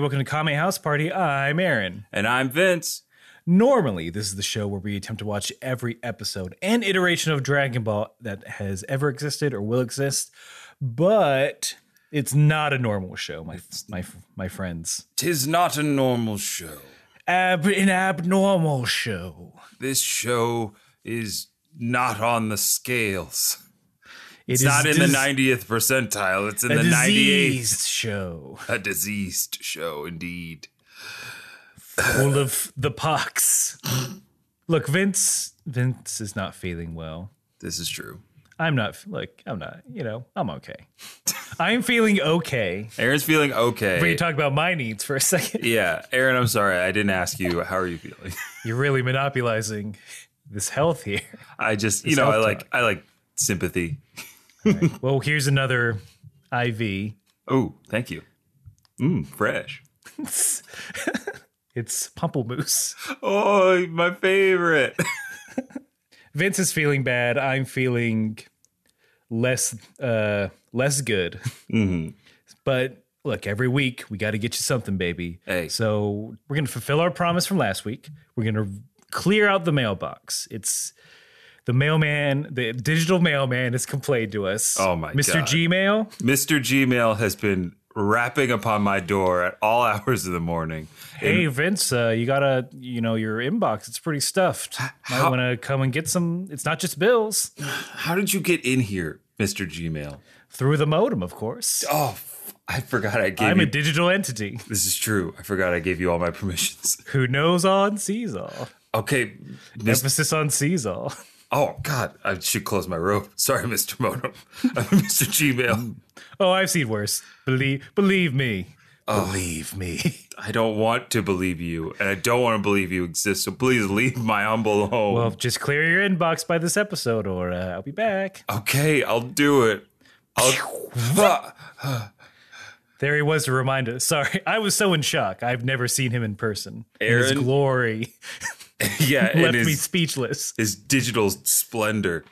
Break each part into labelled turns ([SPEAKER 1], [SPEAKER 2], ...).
[SPEAKER 1] welcome to Kame House Party. I'm Aaron.
[SPEAKER 2] And I'm Vince.
[SPEAKER 1] Normally, this is the show where we attempt to watch every episode and iteration of Dragon Ball that has ever existed or will exist, but it's not a normal show, my my my friends.
[SPEAKER 2] Tis not a normal show.
[SPEAKER 1] Ab- an abnormal show.
[SPEAKER 2] This show is not on the scales.
[SPEAKER 1] It
[SPEAKER 2] It's
[SPEAKER 1] is
[SPEAKER 2] not in the
[SPEAKER 1] dis-
[SPEAKER 2] 90th percentile. It's in
[SPEAKER 1] a
[SPEAKER 2] the 98th.
[SPEAKER 1] diseased show
[SPEAKER 2] A diseased show, indeed.
[SPEAKER 1] full of the pox. Look, Vince. Vince is not feeling well.
[SPEAKER 2] This is true.
[SPEAKER 1] I'm not. Like I'm not. You know, I'm okay. I'm feeling okay.
[SPEAKER 2] Aaron's feeling okay.
[SPEAKER 1] But you talk about my needs for a second.
[SPEAKER 2] yeah, Aaron, I'm sorry. I didn't ask you. How are you feeling?
[SPEAKER 1] You're really monopolizing this health here.
[SPEAKER 2] I just, you know, I
[SPEAKER 1] health
[SPEAKER 2] like, I like sympathy.
[SPEAKER 1] Well, here's another IV.
[SPEAKER 2] Oh, thank you. Mmm, fresh.
[SPEAKER 1] It's Pumplemoose.
[SPEAKER 2] Oh, my favorite.
[SPEAKER 1] Vince is feeling bad. I'm feeling less uh less good.
[SPEAKER 2] Mm-hmm.
[SPEAKER 1] But look, every week we got to get you something, baby.
[SPEAKER 2] Hey.
[SPEAKER 1] So we're gonna fulfill our promise from last week. We're gonna clear out the mailbox. It's the mailman, the digital mailman, has complained to us.
[SPEAKER 2] Oh my
[SPEAKER 1] Mr.
[SPEAKER 2] God.
[SPEAKER 1] Gmail.
[SPEAKER 2] Mr. Gmail has been rapping upon my door at all hours of the morning.
[SPEAKER 1] Hey Vince, uh, you gotta, you know, your inbox. It's pretty stuffed. Might
[SPEAKER 2] How-
[SPEAKER 1] want to come and get some. It's not just bills
[SPEAKER 2] How did you get in here, Mr. Gmail?
[SPEAKER 1] through the modem, of course.
[SPEAKER 2] Oh, f- I forgot I gave
[SPEAKER 1] I'm
[SPEAKER 2] you.
[SPEAKER 1] a digital entity
[SPEAKER 2] this is true. I forgot I gave you all my permissions.
[SPEAKER 1] who knows all and sees all.
[SPEAKER 2] Okay. Mis-
[SPEAKER 1] Emphasis on sees all.
[SPEAKER 2] oh, God. I should close my rope. Sorry, Mr. Modem. I'm Mr. Gmail.
[SPEAKER 1] Oh, I've seen worse. Believe, believe me. Believe me.
[SPEAKER 2] Oh. I don't want to believe you, and I don't want to believe you exist, so please leave my humble home.
[SPEAKER 1] Well, just clear your inbox by this episode, or uh, I'll be back.
[SPEAKER 2] okay, I'll do it. I'll.
[SPEAKER 1] There he was to remind us. Sorry, I was so in shock. I've never seen him in person. And his
[SPEAKER 2] Aaron
[SPEAKER 1] glory
[SPEAKER 2] yeah, and
[SPEAKER 1] left me
[SPEAKER 2] his-
[SPEAKER 1] speechless.
[SPEAKER 2] his digital splendor.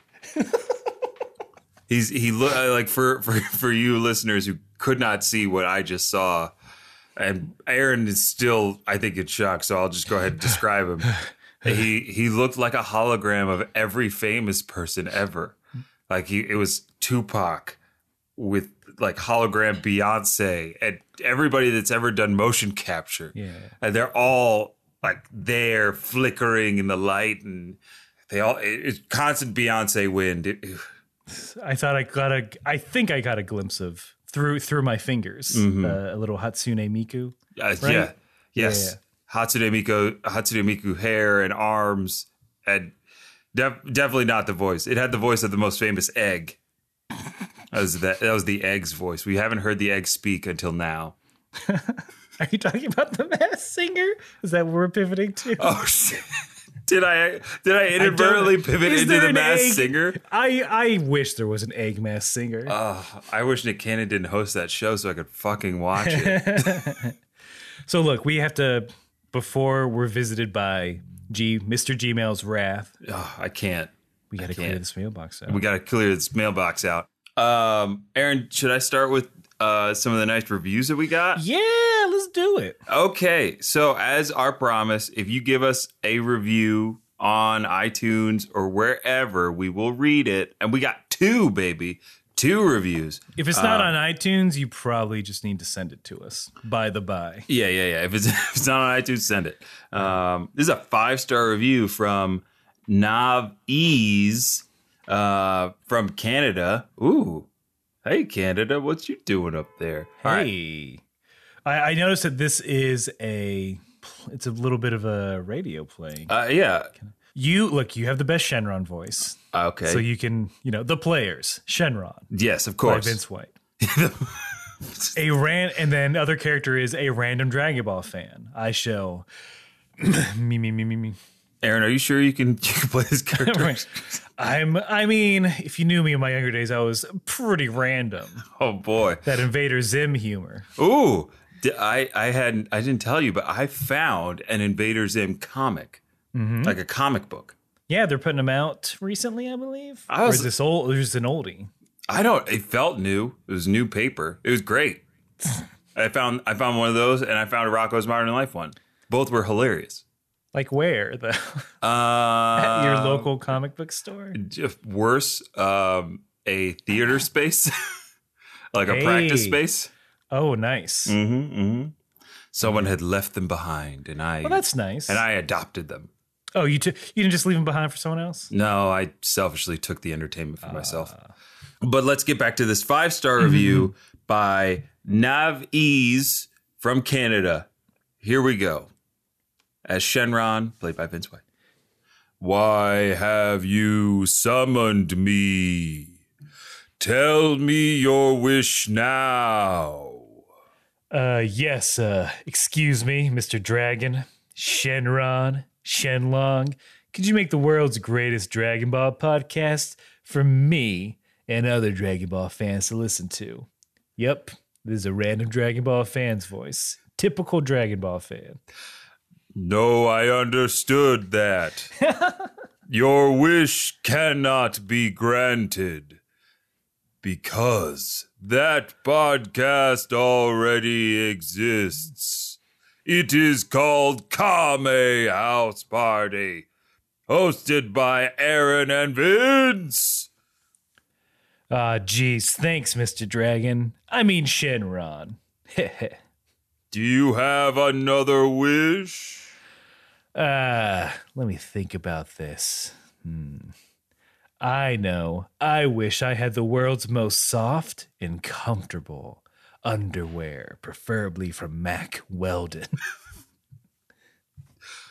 [SPEAKER 2] He's he look like for, for for you listeners who could not see what I just saw, and Aaron is still I think in shock. So I'll just go ahead and describe him. He he looked like a hologram of every famous person ever. Like he it was Tupac with like hologram Beyonce and everybody that's ever done motion capture.
[SPEAKER 1] Yeah.
[SPEAKER 2] And they're all like there flickering in the light and they all it, it's constant Beyonce wind. It-
[SPEAKER 1] I thought I got a. I think I got a glimpse of through through my fingers
[SPEAKER 2] Mm-hmm.
[SPEAKER 1] uh, a little Hatsune Miku.
[SPEAKER 2] uh, Yeah. Yes. Hatsune Miku Hatsune Miku hair and arms and def, definitely not the voice. It had the voice of the most famous egg. That was that that was the egg's voice. We haven't heard the egg speak until now.
[SPEAKER 1] Are you talking about the mass singer? Is that what we're pivoting to?
[SPEAKER 2] Oh shit. Did I did I inadvertently pivot
[SPEAKER 1] Is
[SPEAKER 2] into
[SPEAKER 1] there
[SPEAKER 2] the
[SPEAKER 1] an
[SPEAKER 2] mass
[SPEAKER 1] egg?
[SPEAKER 2] singer?
[SPEAKER 1] I I wish there was an egg mass singer.
[SPEAKER 2] Oh, I wish Nick Cannon didn't host that show so I could fucking watch it.
[SPEAKER 1] so look, we have to before we're visited by G Mr. Gmail's wrath.
[SPEAKER 2] Ugh, I can't.
[SPEAKER 1] We got to clear
[SPEAKER 2] can't.
[SPEAKER 1] this mailbox out.
[SPEAKER 2] We got to clear this mailbox out. Um, Aaron, should I start with uh, some of the nice reviews that we got?
[SPEAKER 1] yeah, let's do it.
[SPEAKER 2] Okay, so as our promise, if you give us a review on iTunes or wherever, we will read it. And we got two, baby, two reviews.
[SPEAKER 1] If it's
[SPEAKER 2] Uh,
[SPEAKER 1] not on iTunes, you probably just need to send it to us. By the by,
[SPEAKER 2] Yeah, yeah, yeah. If it's, if it's not on iTunes, send it. Um, this is a five star review from Nav Ease uh, from Canada. Ooh, hey Canada, what you doing up there? All right.
[SPEAKER 1] hey, I, I noticed that this is a it's a little bit of a radio play.
[SPEAKER 2] Uh, yeah.
[SPEAKER 1] you look, you have the best Shenron voice,
[SPEAKER 2] Okay.
[SPEAKER 1] so you can you know the players Shenron.
[SPEAKER 2] yes, of
[SPEAKER 1] by
[SPEAKER 2] course.
[SPEAKER 1] Vince White. a ran and then other character is a random Dragon Ball fan. I shall me me me me me.
[SPEAKER 2] Aaron, are you sure you can you can play this character?
[SPEAKER 1] Right. I'm I mean, if you knew me in my younger days, I was pretty random.
[SPEAKER 2] Oh boy.
[SPEAKER 1] That Invader Zim humor.
[SPEAKER 2] Ooh. D- I I hadn't I didn't tell you, but I found an Invader Zim comic,
[SPEAKER 1] Mm-hmm.
[SPEAKER 2] like a comic book.
[SPEAKER 1] Yeah, they're putting them out recently, I believe.
[SPEAKER 2] I
[SPEAKER 1] or
[SPEAKER 2] was-
[SPEAKER 1] is this old or is it an oldie?
[SPEAKER 2] I don't. It felt new. It was new paper. It was great. I found I found one of those, and I found a Rocco's Modern Life one. Both were hilarious.
[SPEAKER 1] Like where though?
[SPEAKER 2] Uh,
[SPEAKER 1] At your local comic book store?
[SPEAKER 2] j- worse, um, a theater space, like a practice
[SPEAKER 1] Uh-huh. Hey.
[SPEAKER 2] space.
[SPEAKER 1] Oh, nice.
[SPEAKER 2] Mm-hmm, mm-hmm. Someone had left them behind, and I
[SPEAKER 1] Well, that's nice.
[SPEAKER 2] and I adopted them.
[SPEAKER 1] oh, you took you didn't just leave him behind for someone else?
[SPEAKER 2] No, I selfishly took the entertainment for myself. But let's get back to this five star review by Nav Ease from Canada. Here we go. As Shenron, played by Vince White. Why have you summoned me? Tell me your wish now.
[SPEAKER 1] Uh, yes, uh, excuse me, Mr. Dragon, Shenron, Shenlong. Could you make the world's greatest Dragon Ball podcast for me and other Dragon Ball fans to listen to? Yep, this is a random Dragon Ball fan's voice. Typical Dragon Ball fan.
[SPEAKER 2] No, I understood that. Your wish cannot be granted because that podcast already exists. It is called Kame House Party, hosted by Aaron and Vince.
[SPEAKER 1] Ah, geez, thanks, Mr. Dragon. I mean Shenron.
[SPEAKER 2] Do you have another wish?
[SPEAKER 1] Uh, let me think about this. Hmm. I know. I wish I had the world's most soft and comfortable underwear, preferably from Mac Weldon.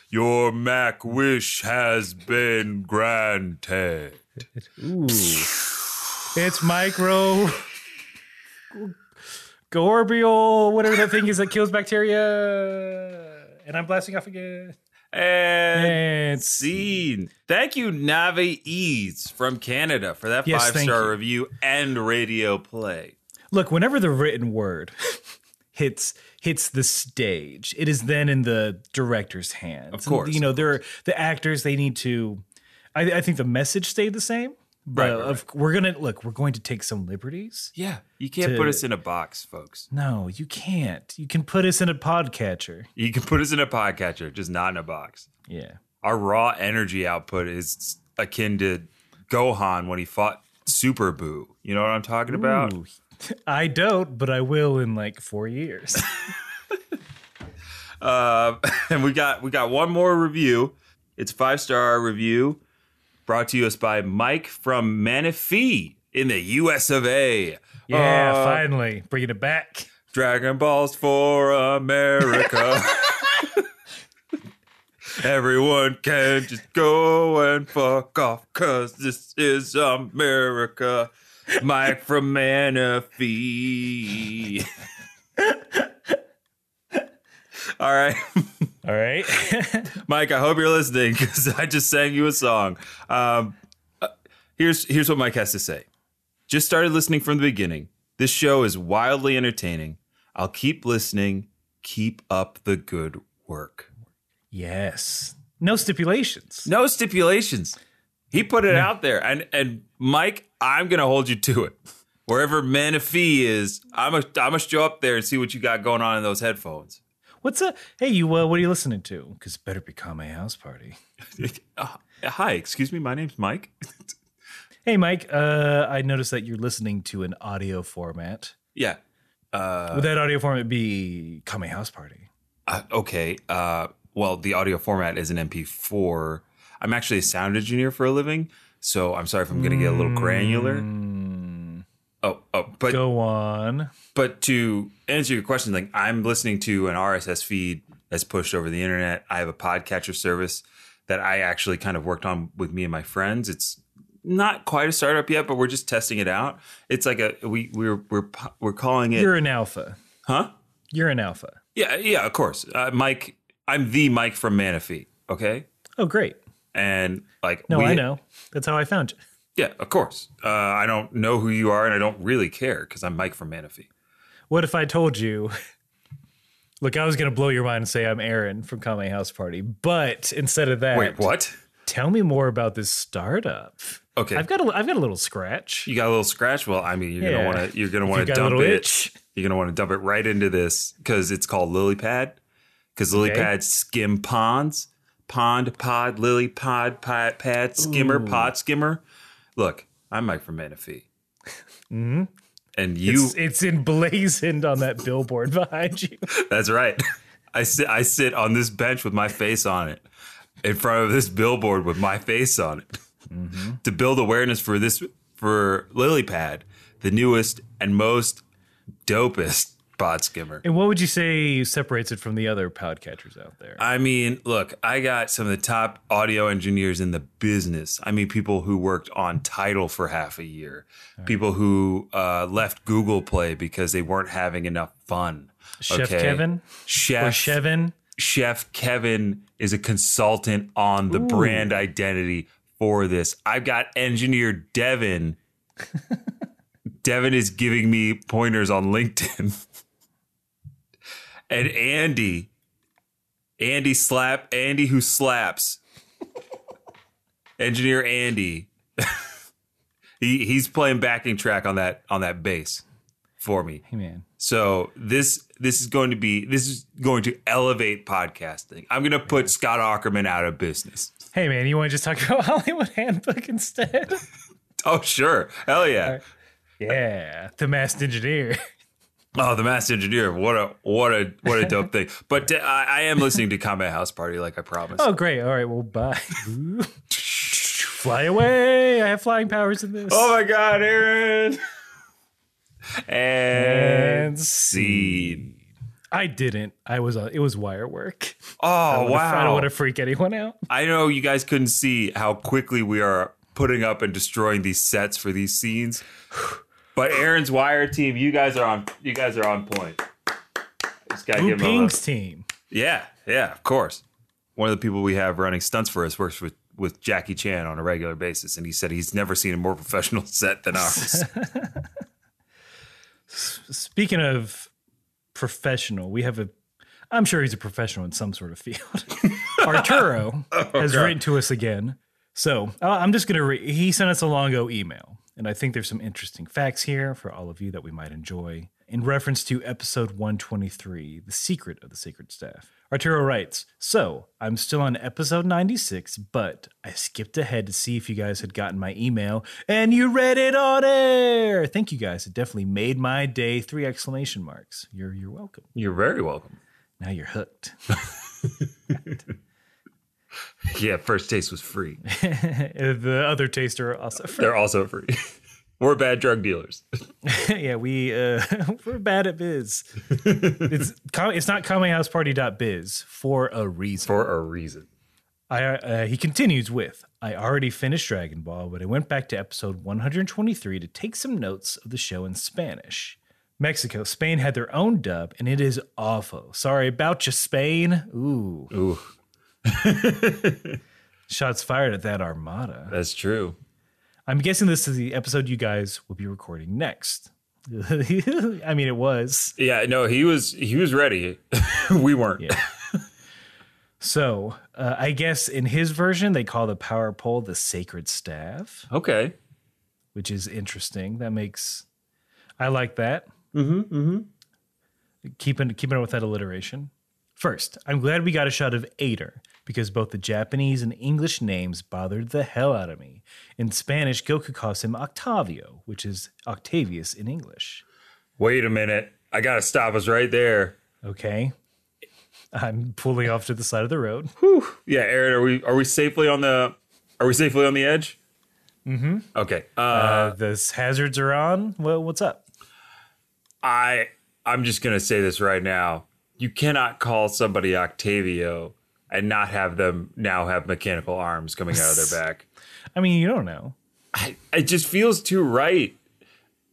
[SPEAKER 2] Your Mac wish has been granted.
[SPEAKER 1] Ooh. it's micro gorbial, whatever that thing is that kills bacteria. And I'm blasting off again.
[SPEAKER 2] And
[SPEAKER 1] And
[SPEAKER 2] Scene. Thank you, Navi Eads from Canada, for that
[SPEAKER 1] Yes,
[SPEAKER 2] five
[SPEAKER 1] thank
[SPEAKER 2] star
[SPEAKER 1] you.
[SPEAKER 2] review and radio play.
[SPEAKER 1] look whenever the written word hits hits the stage it is then in the director's hands
[SPEAKER 2] Of course,
[SPEAKER 1] And, you know there are the actors they need to i, I think the message stayed the same but
[SPEAKER 2] Right, right,
[SPEAKER 1] of, we're gonna look we're going to take some liberties
[SPEAKER 2] Yeah, you can't
[SPEAKER 1] To-
[SPEAKER 2] put us in a box, folks.
[SPEAKER 1] no you can't you can put us in a podcatcher
[SPEAKER 2] You can put us in a podcatcher, just not in a box.
[SPEAKER 1] yeah
[SPEAKER 2] Our raw energy output is akin to Gohan when he fought Super Boo. You know what I'm talking about?
[SPEAKER 1] Ooh. i don't but i will in like four years
[SPEAKER 2] Uh, and we got we got one more review. It's five star review brought to us by Mike from Manatee in the U.S. of A.
[SPEAKER 1] yeah
[SPEAKER 2] Uh,
[SPEAKER 1] finally bringing it back
[SPEAKER 2] Dragon Balls for America. Everyone can just go and fuck off, cause this is America. Mike from Manatee. All right,
[SPEAKER 1] all right
[SPEAKER 2] Mike, I hope you're listening because I just sang you a song. Um, uh, here's here's what Mike has to say. Just started listening from the beginning. This show is wildly entertaining. I'll keep listening. Keep up the good work.
[SPEAKER 1] yes no stipulations
[SPEAKER 2] No stipulations. He put it out there, and and Mike, I'm gonna hold you to it. Wherever Manafee is, I'm a, I'm gonna show up there and see what you got going on in those headphones.
[SPEAKER 1] What's up? Hey, you. Uh, what are you listening to? Because better become a house party.
[SPEAKER 2] Uh, hi, excuse me. My name's Mike.
[SPEAKER 1] Hey, Mike. Uh, I noticed that you're listening to an audio format.
[SPEAKER 2] Yeah. Uh,
[SPEAKER 1] Would that audio format be come a house party?
[SPEAKER 2] Uh, okay. Uh, well, the audio format is an MP4. I'm actually a sound engineer for a living, so I'm sorry if I'm going to get a little granular.
[SPEAKER 1] Mm,
[SPEAKER 2] Oh, oh, but
[SPEAKER 1] go on.
[SPEAKER 2] but to answer your question, like I'm listening to an RSS feed that's pushed over the internet. I have a podcatcher service that I actually kind of worked on with me and my friends. It's not quite a startup yet, but we're just testing it out. It's like a we we're we're we're calling it
[SPEAKER 1] You're an alpha.
[SPEAKER 2] huh?
[SPEAKER 1] You're an alpha.
[SPEAKER 2] Yeah, yeah, of course. Uh, Mike, I'm the Mike from Manafee. Okay.
[SPEAKER 1] Oh, great.
[SPEAKER 2] and like
[SPEAKER 1] No,
[SPEAKER 2] we-
[SPEAKER 1] I know. That's how I found you.
[SPEAKER 2] yeah of course uh, i don't know who you are and i don't really care because i'm mike from manafee
[SPEAKER 1] What if I told you? Look, I was gonna blow your mind and say I'm Aaron from Kame House Party, but instead of that,
[SPEAKER 2] wait what
[SPEAKER 1] Tell me more about this startup.
[SPEAKER 2] Okay.
[SPEAKER 1] I've got a, I've got a little scratch.
[SPEAKER 2] you got a little scratch. Well, I mean, you're
[SPEAKER 1] Yeah.
[SPEAKER 2] gonna want to you're gonna
[SPEAKER 1] If
[SPEAKER 2] want
[SPEAKER 1] you
[SPEAKER 2] to
[SPEAKER 1] got a
[SPEAKER 2] dump
[SPEAKER 1] little
[SPEAKER 2] it.
[SPEAKER 1] itch.
[SPEAKER 2] You're gonna want to dump it right into this because it's called lily pad. Because lily
[SPEAKER 1] Okay.
[SPEAKER 2] pad skim ponds, pond pod lily pod pad pad skimmer pod skimmer. Look, I'm Mike from Manaphy,
[SPEAKER 1] Mhm.
[SPEAKER 2] and you.
[SPEAKER 1] it's, it's emblazoned on that billboard behind you.
[SPEAKER 2] that's right. I sit I sit on this bench with my face on it, in front of this billboard with my face on it,
[SPEAKER 1] Mm-hmm.
[SPEAKER 2] to build awareness for this for lily pad, the newest and most dopest pod skimmer.
[SPEAKER 1] And what would you say separates it from the other podcatchers out there?
[SPEAKER 2] I mean, look, I got some of the top audio engineers in the business. I mean, people who worked on Title for half a year, people who uh, left Google Play because they weren't having enough fun.
[SPEAKER 1] Chef Kevin or
[SPEAKER 2] Chef,
[SPEAKER 1] Chevin?
[SPEAKER 2] Chef Kevin is a consultant on the brand identity for this. I've got engineer Devin. Devin is giving me pointers on LinkedIn. and Andy, Andy slap, Andy who slaps. engineer Andy. he he's playing backing track on that on that bass for me.
[SPEAKER 1] Hey man,
[SPEAKER 2] So this this is going to be this is going to elevate podcasting. I'm going to put Scott Ackerman out of business.
[SPEAKER 1] hey man, you want to just talk about Hollywood Handbook instead?
[SPEAKER 2] Oh sure, hell yeah!
[SPEAKER 1] yeah, the masked engineer.
[SPEAKER 2] Oh, the mass engineer. What a what a what a dope thing. But uh, I, I am listening to Combat House Party, like I promised.
[SPEAKER 1] Oh great, all right, well bye. Fly away! I have flying powers in this.
[SPEAKER 2] Oh my God, Aaron! And
[SPEAKER 1] And
[SPEAKER 2] scene.
[SPEAKER 1] I didn't. I was. Uh, it was wire work.
[SPEAKER 2] Oh
[SPEAKER 1] I don't
[SPEAKER 2] wow!
[SPEAKER 1] want to freak anyone out.
[SPEAKER 2] I know you guys couldn't see how quickly we are putting up and destroying these sets for these scenes. But Aaron's wire team, you guys are on you guys are on point. Just gotta
[SPEAKER 1] Who
[SPEAKER 2] give him a
[SPEAKER 1] Ping's team?
[SPEAKER 2] Yeah, yeah, of course. One of the people we have running stunts for us works with with Jackie Chan on a regular basis, and he said he's never seen a more professional set than ours.
[SPEAKER 1] Speaking of professional, we have a. I'm sure he's a professional in some sort of field. Arturo has
[SPEAKER 2] God.
[SPEAKER 1] written to us again. So uh, I'm just gonna. Re- he sent us a long ago email, and I think there's some interesting facts here for all of you that we might enjoy. In reference to episode 123, The Secret of the Sacred Staff, Arturo writes So, I'm still on episode 96, but I skipped ahead to see if you guys had gotten my email, and you read it on air. Thank you guys. It definitely made my day. Three exclamation marks. You're, you're welcome.
[SPEAKER 2] You're very welcome.
[SPEAKER 1] Now you're hooked.
[SPEAKER 2] Yeah, first taste was free.
[SPEAKER 1] the other taster also.
[SPEAKER 2] They're also free. We're bad drug dealers.
[SPEAKER 1] yeah, we uh, we're bad at biz. it's com- it's not cominghouseparty.biz for a reason.
[SPEAKER 2] For a reason.
[SPEAKER 1] I, uh, he continues with, I already finished Dragon Ball, but I went back to episode 123 to take some notes of the show in Spanish. Mexico, Spain had their own dub, and it is awful. Sorry about you, Spain. Ooh,
[SPEAKER 2] Ooh,
[SPEAKER 1] shots fired at that armada.
[SPEAKER 2] that's true.
[SPEAKER 1] I'm guessing this is the episode you guys will be recording next. I mean, it was.
[SPEAKER 2] Yeah, no, he was he was ready. we weren't.
[SPEAKER 1] So uh, I guess in his version, they call the power pole the sacred staff,
[SPEAKER 2] Okay.
[SPEAKER 1] which is interesting. That makes I like that. Mm-hmm. Mm-hmm. Keeping keeping up with that alliteration. First, I'm glad we got a shot of Ader because both the Japanese and English names bothered the hell out of me. In Spanish, Goku calls him Octavio, which is Octavius in English.
[SPEAKER 2] Wait a minute. I gotta stop us right there.
[SPEAKER 1] Okay. I'm pulling off to the side of the road.
[SPEAKER 2] Yeah, Aaron, are we are we safely on the are we safely on the edge? Mm-hmm. Okay. Uh,
[SPEAKER 1] Uh, the hazards are on. Well, what's up?
[SPEAKER 2] I I'm just gonna say this right now. You cannot call somebody Octavio and not have them now have mechanical arms coming out of their back.
[SPEAKER 1] I mean, you don't know.
[SPEAKER 2] I, it just feels too right.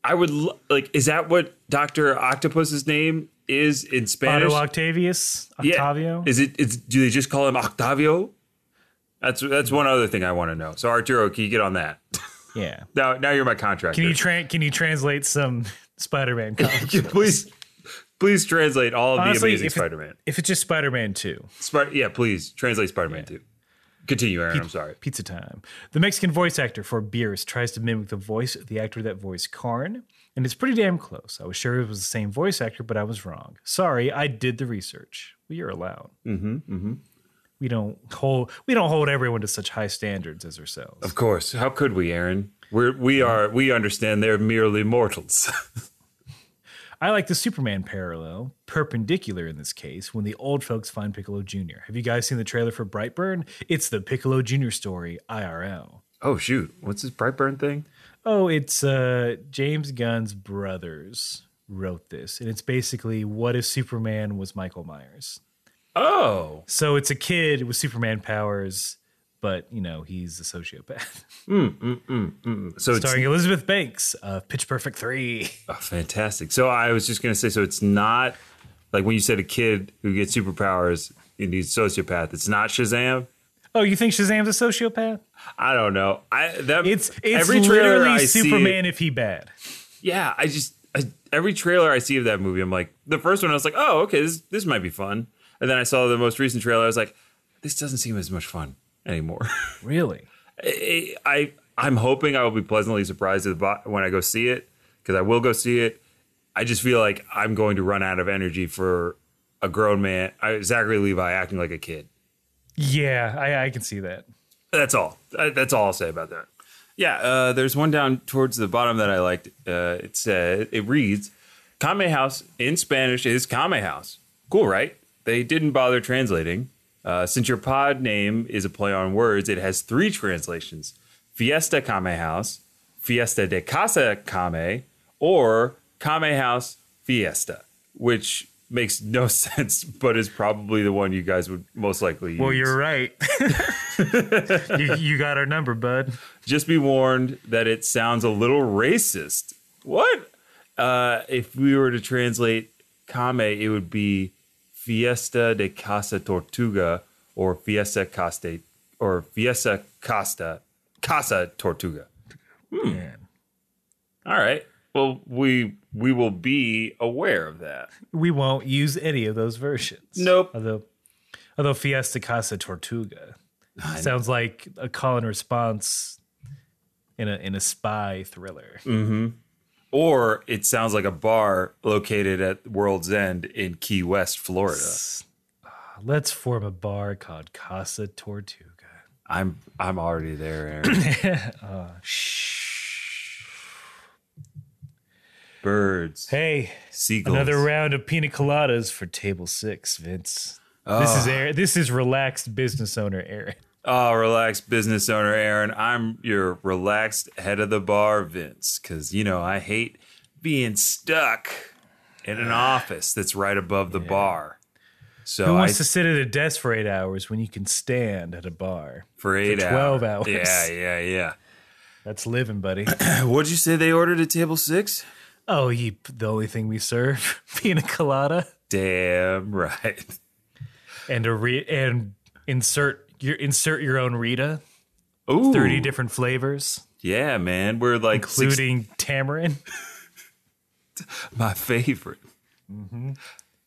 [SPEAKER 2] I would l- like. Is that what Doctor Octopus's name is in Spanish?
[SPEAKER 1] Otto Octavius,
[SPEAKER 2] Yeah.
[SPEAKER 1] Octavio.
[SPEAKER 2] Is it? Is, do they just call him Octavio? That's that's one other thing I want to know. So Arturo, can you get on that?
[SPEAKER 1] Yeah.
[SPEAKER 2] Now now you're my contractor.
[SPEAKER 1] Can you tra- can you translate some Spider-Man comics?
[SPEAKER 2] please please translate all of
[SPEAKER 1] Honestly,
[SPEAKER 2] the Amazing
[SPEAKER 1] if it-
[SPEAKER 2] Spider-Man?
[SPEAKER 1] if it's just Spider-Man 2.
[SPEAKER 2] Spi- yeah, please translate Spider-Man too. Continue, Aaron. I'm sorry.
[SPEAKER 1] Pizza time. The Mexican voice actor for Beerus tries to mimic the voice of the actor that voiced Karn, and it's pretty damn close. I was sure it was the same voice actor, but I was wrong. Sorry, I did the research. Well, you're allowed. Mm-hmm, We don't hold we don't hold everyone to such high standards as ourselves.
[SPEAKER 2] Of course. How could we, Aaron? We're, we are. We understand they're merely mortals.
[SPEAKER 1] I like the Superman parallel, perpendicular in this case, when the old folks find Piccolo Jr. Have you guys seen the trailer for Brightburn? It's the Piccolo Jr. story, IRL.
[SPEAKER 2] oh shoot! What's this Brightburn thing?
[SPEAKER 1] Oh, it's uh, James Gunn's brothers wrote this, and it's basically what if Superman was Michael Myers?
[SPEAKER 2] Oh,
[SPEAKER 1] So it's a kid with Superman powers, but you know he's a sociopath.
[SPEAKER 2] so it's
[SPEAKER 1] Starring Elizabeth Banks of Pitch Perfect Three.
[SPEAKER 2] oh, fantastic. So I was just gonna say, so it's not like when you said a kid who gets superpowers and he's a sociopath. It's not Shazam.
[SPEAKER 1] Oh, you think Shazam's a sociopath?
[SPEAKER 2] I don't know. I that
[SPEAKER 1] It's it's
[SPEAKER 2] every trailer
[SPEAKER 1] literally
[SPEAKER 2] I see-
[SPEAKER 1] Superman if he bad.
[SPEAKER 2] yeah, I just I, every trailer I see of that movie, I'm like the first one. I was like, oh, okay, this this might be fun. And then I saw the most recent trailer. I was like, this doesn't seem as much fun anymore.
[SPEAKER 1] Really?
[SPEAKER 2] I I- I'm hoping I will be pleasantly surprised at the bo- when I go see it because I will go see it. I just feel like I'm going to run out of energy for a grown man, I, Zachary Levi, acting like a kid.
[SPEAKER 1] Yeah, I, I can see that.
[SPEAKER 2] That's all. Uh, That's all I'll say about that. Yeah, uh, there's one down towards the bottom that I liked. Uh, it said it reads, "Kame House" in Spanish is Kame House. Cool, right? They didn't bother translating. Uh, since your pod name is a play on words, it has three translations: Fiesta Kame House, Fiesta de Casa Kame, or Kame House Fiesta, which makes no sense, but is probably the one you guys would most likely.
[SPEAKER 1] Well,
[SPEAKER 2] use.
[SPEAKER 1] you're right. you, you got our number, bud.
[SPEAKER 2] just be warned that it sounds a little racist. What? Uh, if we were to translate Kame, it would be Fiesta de Casa Tortuga or Fiesta Costa or Fiesta Costa Casa Tortuga.
[SPEAKER 1] Man.
[SPEAKER 2] All right. Well, we we will be aware of that.
[SPEAKER 1] We won't use any of those versions.
[SPEAKER 2] Nope.
[SPEAKER 1] Although, although Fiesta Casa Tortuga sounds like a call and response in a in a spy thriller.
[SPEAKER 2] Or it sounds like a bar located at World's End in Key West, Florida.
[SPEAKER 1] Let's form a bar called Casa Tortuga.
[SPEAKER 2] I'm I'm already there, Aaron. Uh, Birds.
[SPEAKER 1] Hey,
[SPEAKER 2] Seagulls.
[SPEAKER 1] another round of pina coladas for table six, Vince. This is Aaron, this is relaxed business owner Aaron.
[SPEAKER 2] Oh, relaxed business owner Aaron. I'm your relaxed head of the bar, Vince, because, you know, I hate being stuck in an office that's right above the bar.
[SPEAKER 1] Ah. Who
[SPEAKER 2] So I,
[SPEAKER 1] wants to sit at a desk for eight hours when you can stand at a bar?
[SPEAKER 2] for eight
[SPEAKER 1] 12
[SPEAKER 2] hour-
[SPEAKER 1] hours?
[SPEAKER 2] Yeah, yeah, yeah.
[SPEAKER 1] That's living, buddy.
[SPEAKER 2] What'd you say they ordered at table six?
[SPEAKER 1] oh, you, the only thing we serve pina colada
[SPEAKER 2] Damn right.
[SPEAKER 1] and a re, and insert your insert your own Rita.
[SPEAKER 2] Ooh,
[SPEAKER 1] Thirty different flavors,
[SPEAKER 2] Yeah, man. We're like six
[SPEAKER 1] including tamarind.
[SPEAKER 2] my favorite.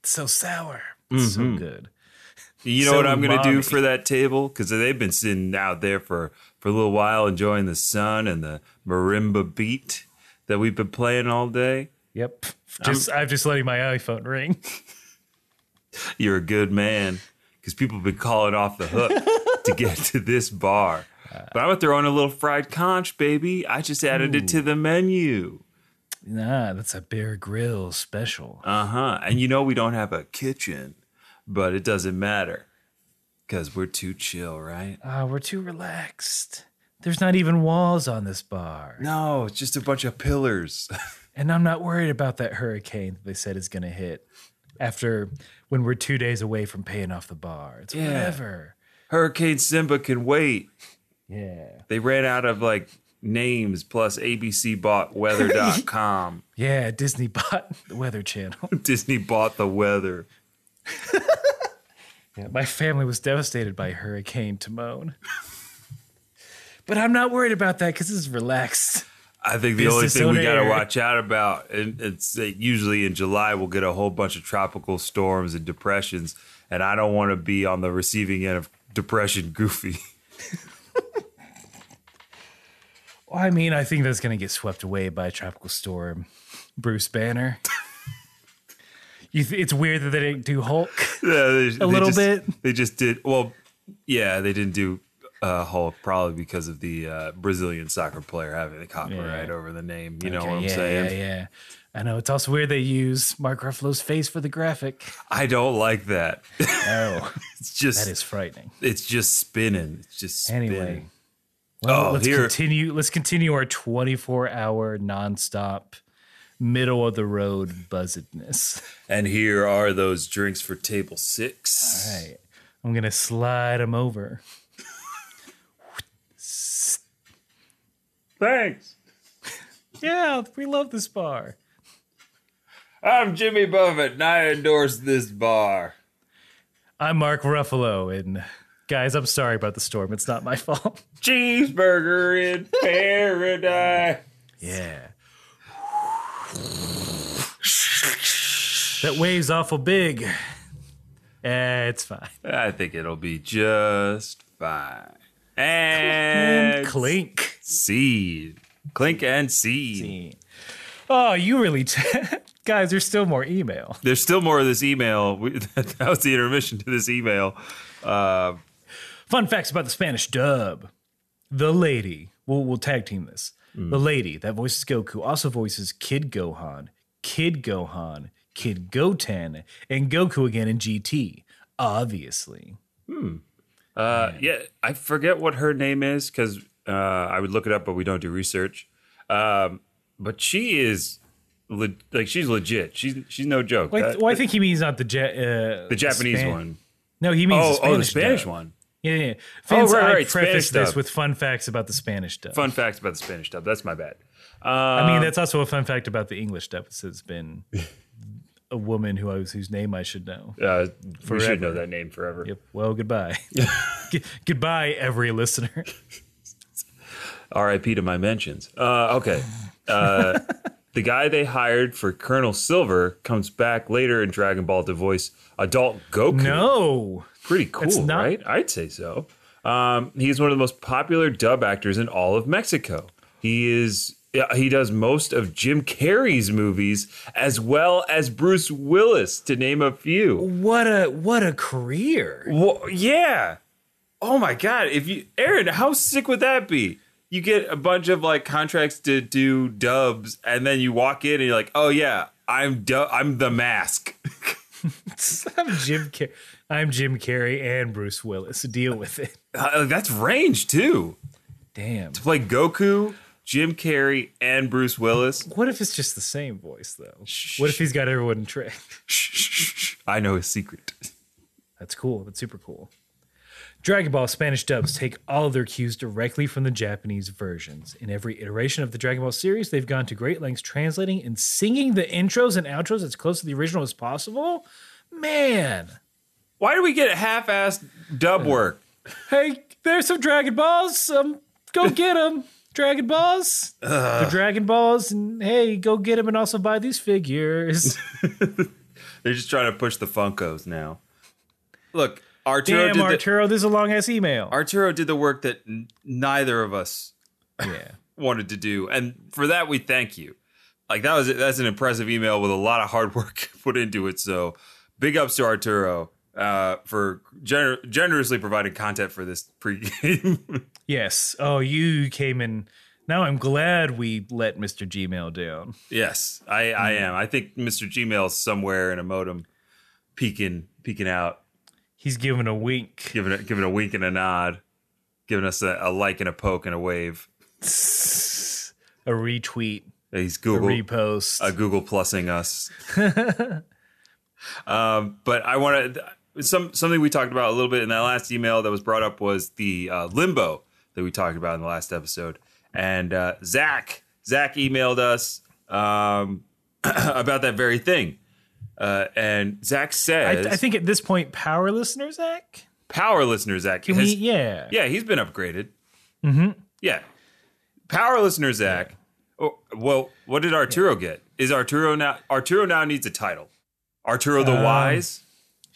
[SPEAKER 1] It's so sour, It's
[SPEAKER 2] Mm-hmm.
[SPEAKER 1] so good.
[SPEAKER 2] You know
[SPEAKER 1] So
[SPEAKER 2] what I'm going to do
[SPEAKER 1] mommy.
[SPEAKER 2] for that table? Because they've been sitting out there for, for a little while enjoying the sun and the marimba beat that we've been playing all day.
[SPEAKER 1] Yep. Just I'm just letting my iPhone ring.
[SPEAKER 2] You're a good man because people have been calling off the hook to get to this bar. But I'm going to throw in a little fried conch, baby. I just added it to the menu.
[SPEAKER 1] Nah, that's a Bear Grill special.
[SPEAKER 2] Uh huh. And you know, we don't have a kitchen, but it doesn't matter because we're too chill, right?
[SPEAKER 1] Ah, we're too relaxed. There's not even walls on this bar.
[SPEAKER 2] No, it's just a bunch of pillars.
[SPEAKER 1] And I'm not worried about that hurricane that they said is going to hit after when we're two days away from paying off the bar. It's
[SPEAKER 2] Yeah.
[SPEAKER 1] whatever.
[SPEAKER 2] Hurricane Simba can wait.
[SPEAKER 1] Yeah.
[SPEAKER 2] They ran out of like names plus ABC bought weather.com.
[SPEAKER 1] Yeah. Disney bought the Weather Channel.
[SPEAKER 2] Disney bought the weather.
[SPEAKER 1] Yeah, my family was devastated by Hurricane Timon. but I'm not worried about that because it's relaxed.
[SPEAKER 2] I think the
[SPEAKER 1] Business
[SPEAKER 2] only thing we got to
[SPEAKER 1] owner.
[SPEAKER 2] watch out about, and it's uh, usually in July, we'll get a whole bunch of tropical storms and depressions. And I don't want to be on the receiving end of depression goofy.
[SPEAKER 1] Well, I mean, I think that's going to get swept away by a tropical storm. Bruce Banner. you th- it's weird that they didn't do Hulk.
[SPEAKER 2] Yeah, they, a
[SPEAKER 1] little bit.
[SPEAKER 2] They just did well. Yeah, they didn't do uh, Hulk probably because of the uh, Brazilian soccer player having the copyright over the name. You know
[SPEAKER 1] Okay,
[SPEAKER 2] what I'm
[SPEAKER 1] yeah,
[SPEAKER 2] saying?
[SPEAKER 1] yeah, yeah. I know. It's also weird they use Mark Ruffalo's face for the graphic.
[SPEAKER 2] I don't like that.
[SPEAKER 1] Oh,
[SPEAKER 2] It's just
[SPEAKER 1] that is frightening.
[SPEAKER 2] it's just spinning. It's just spinning.
[SPEAKER 1] Anyway, well,
[SPEAKER 2] Oh,
[SPEAKER 1] let's
[SPEAKER 2] here-
[SPEAKER 1] continue. Let's continue our twenty-four hour nonstop, middle of the road buzzedness.
[SPEAKER 2] And here are those drinks for table six.
[SPEAKER 1] All right, I'm gonna slide them over.
[SPEAKER 2] Thanks.
[SPEAKER 1] Yeah, we love this bar.
[SPEAKER 2] I'm Jimmy Buffett, and I endorse this bar.
[SPEAKER 1] I'm Mark Ruffalo, and guys, I'm sorry about the storm. It's not my fault.
[SPEAKER 2] Cheeseburger in paradise.
[SPEAKER 1] Yeah. That wave's awful big. Eh, it's fine.
[SPEAKER 2] I think it'll be just fine. And
[SPEAKER 1] Clink.
[SPEAKER 2] seed. Clink and seed.
[SPEAKER 1] Oh, you really, t- guys. There's still more email.
[SPEAKER 2] There's still more of this email. We, that was the intermission to this email. Uh,
[SPEAKER 1] Fun facts about the Spanish dub. The lady. We'll, we'll tag team this. The lady that voices Goku also voices Kid Gohan, Kid Gohan, Kid Goten, and Goku again in GT. Obviously.
[SPEAKER 2] uh, yeah, I forget what her name is because uh, I would look it up, but we don't do research. Um, but she is le- like she's legit. She's she's no joke.
[SPEAKER 1] Well, I,
[SPEAKER 2] That-
[SPEAKER 1] th- well, I think he means not the ja- uh,
[SPEAKER 2] Uh, the Japanese
[SPEAKER 1] Span-
[SPEAKER 2] one.
[SPEAKER 1] No, he means
[SPEAKER 2] Oh,
[SPEAKER 1] the
[SPEAKER 2] oh,
[SPEAKER 1] Spanish,
[SPEAKER 2] the Spanish
[SPEAKER 1] dub.
[SPEAKER 2] one. Oh,
[SPEAKER 1] Yeah, yeah. Fans,
[SPEAKER 2] right,
[SPEAKER 1] I
[SPEAKER 2] right,
[SPEAKER 1] preface
[SPEAKER 2] Spanish
[SPEAKER 1] this
[SPEAKER 2] dub.
[SPEAKER 1] with fun facts about the Spanish dub.
[SPEAKER 2] Fun uh, facts about the Spanish dub. That's my bad.
[SPEAKER 1] I mean, that's also a fun fact about the English dub. since It's been a woman who I was, whose name I should know.
[SPEAKER 2] Uh, we should know that name forever.
[SPEAKER 1] Yep. Well, goodbye. G- goodbye, every listener.
[SPEAKER 2] R.I.P. to my mentions. Uh, okay. Uh, the guy they hired for Colonel Silver comes back later in Dragon Ball to voice adult Goku.
[SPEAKER 1] No.
[SPEAKER 2] Pretty cool,
[SPEAKER 1] not-
[SPEAKER 2] right? I'd say so. Um, he's one of the most popular dub actors in all of Mexico. He is. yeah, He does most of Jim Carrey's movies as well as Bruce Willis, to name a few.
[SPEAKER 1] What a what a career.
[SPEAKER 2] Well, yeah. Oh my god! If you, Aaron, how sick would that be? You get a bunch of like contracts to do dubs, and then you walk in and you're like, "Oh yeah, I'm du- I'm the mask."
[SPEAKER 1] I'm Jim. Car- I'm Jim Carrey and Bruce Willis. Deal with it.
[SPEAKER 2] Uh, that's range too.
[SPEAKER 1] Damn.
[SPEAKER 2] Like Goku, Jim Carrey, and Bruce Willis.
[SPEAKER 1] What if it's just the same voice though? What if he's got everyone tricked?
[SPEAKER 2] Shh, shh, shh. I know his secret.
[SPEAKER 1] That's cool. That's super cool. Dragon Ball Spanish dubs take all of their cues directly from the Japanese versions. In every iteration of the Dragon Ball series, they've gone to great lengths translating and singing the intros and outros as close to the original as possible. Man,
[SPEAKER 2] Why do we get half-assed dub work?
[SPEAKER 1] hey, there's some Dragon Balls. Um, go get them, Dragon Balls. The Dragon Balls, and hey, go get them and also buy these figures.
[SPEAKER 2] They're just trying to push the Funkos now. Look, Arturo
[SPEAKER 1] Damn,
[SPEAKER 2] did the,
[SPEAKER 1] Arturo, this is a long ass email.
[SPEAKER 2] Arturo did the work that n- neither of us
[SPEAKER 1] yeah.
[SPEAKER 2] wanted to do, and for that we thank you. Like that was that's an impressive email with a lot of hard work put into it. So big ups to Arturo uh, for gener- generously providing content for this pregame.
[SPEAKER 1] Yes. Oh, you came in. Now I'm glad we let Mr. Gmail down.
[SPEAKER 2] yes, I, I am. I think Mr. Gmail's somewhere in a modem, peeking peeking out,
[SPEAKER 1] He's giving a wink.
[SPEAKER 2] giving a, giving a wink and a nod, giving us a, a like and a poke and a wave.
[SPEAKER 1] A retweet,
[SPEAKER 2] He's Google
[SPEAKER 1] repost.
[SPEAKER 2] uh, Google plusing us. um, but I want to some something we talked about a little bit in that last email that was brought up was the uh, limbo that we talked about in the last episode. And uh, Zach Zach emailed us um, about that very thing. Uh, and Zach
[SPEAKER 1] I,
[SPEAKER 2] says,
[SPEAKER 1] I think at this point, power listener Zach.
[SPEAKER 2] power listener Zach.
[SPEAKER 1] Can
[SPEAKER 2] has-
[SPEAKER 1] we? Yeah.
[SPEAKER 2] yeah, he's been upgraded. Mm-hmm. Yeah. Power listener Zach. Oh, well, what did Arturo get? Is Arturo now? Arturo now needs a title. Arturo the Wise.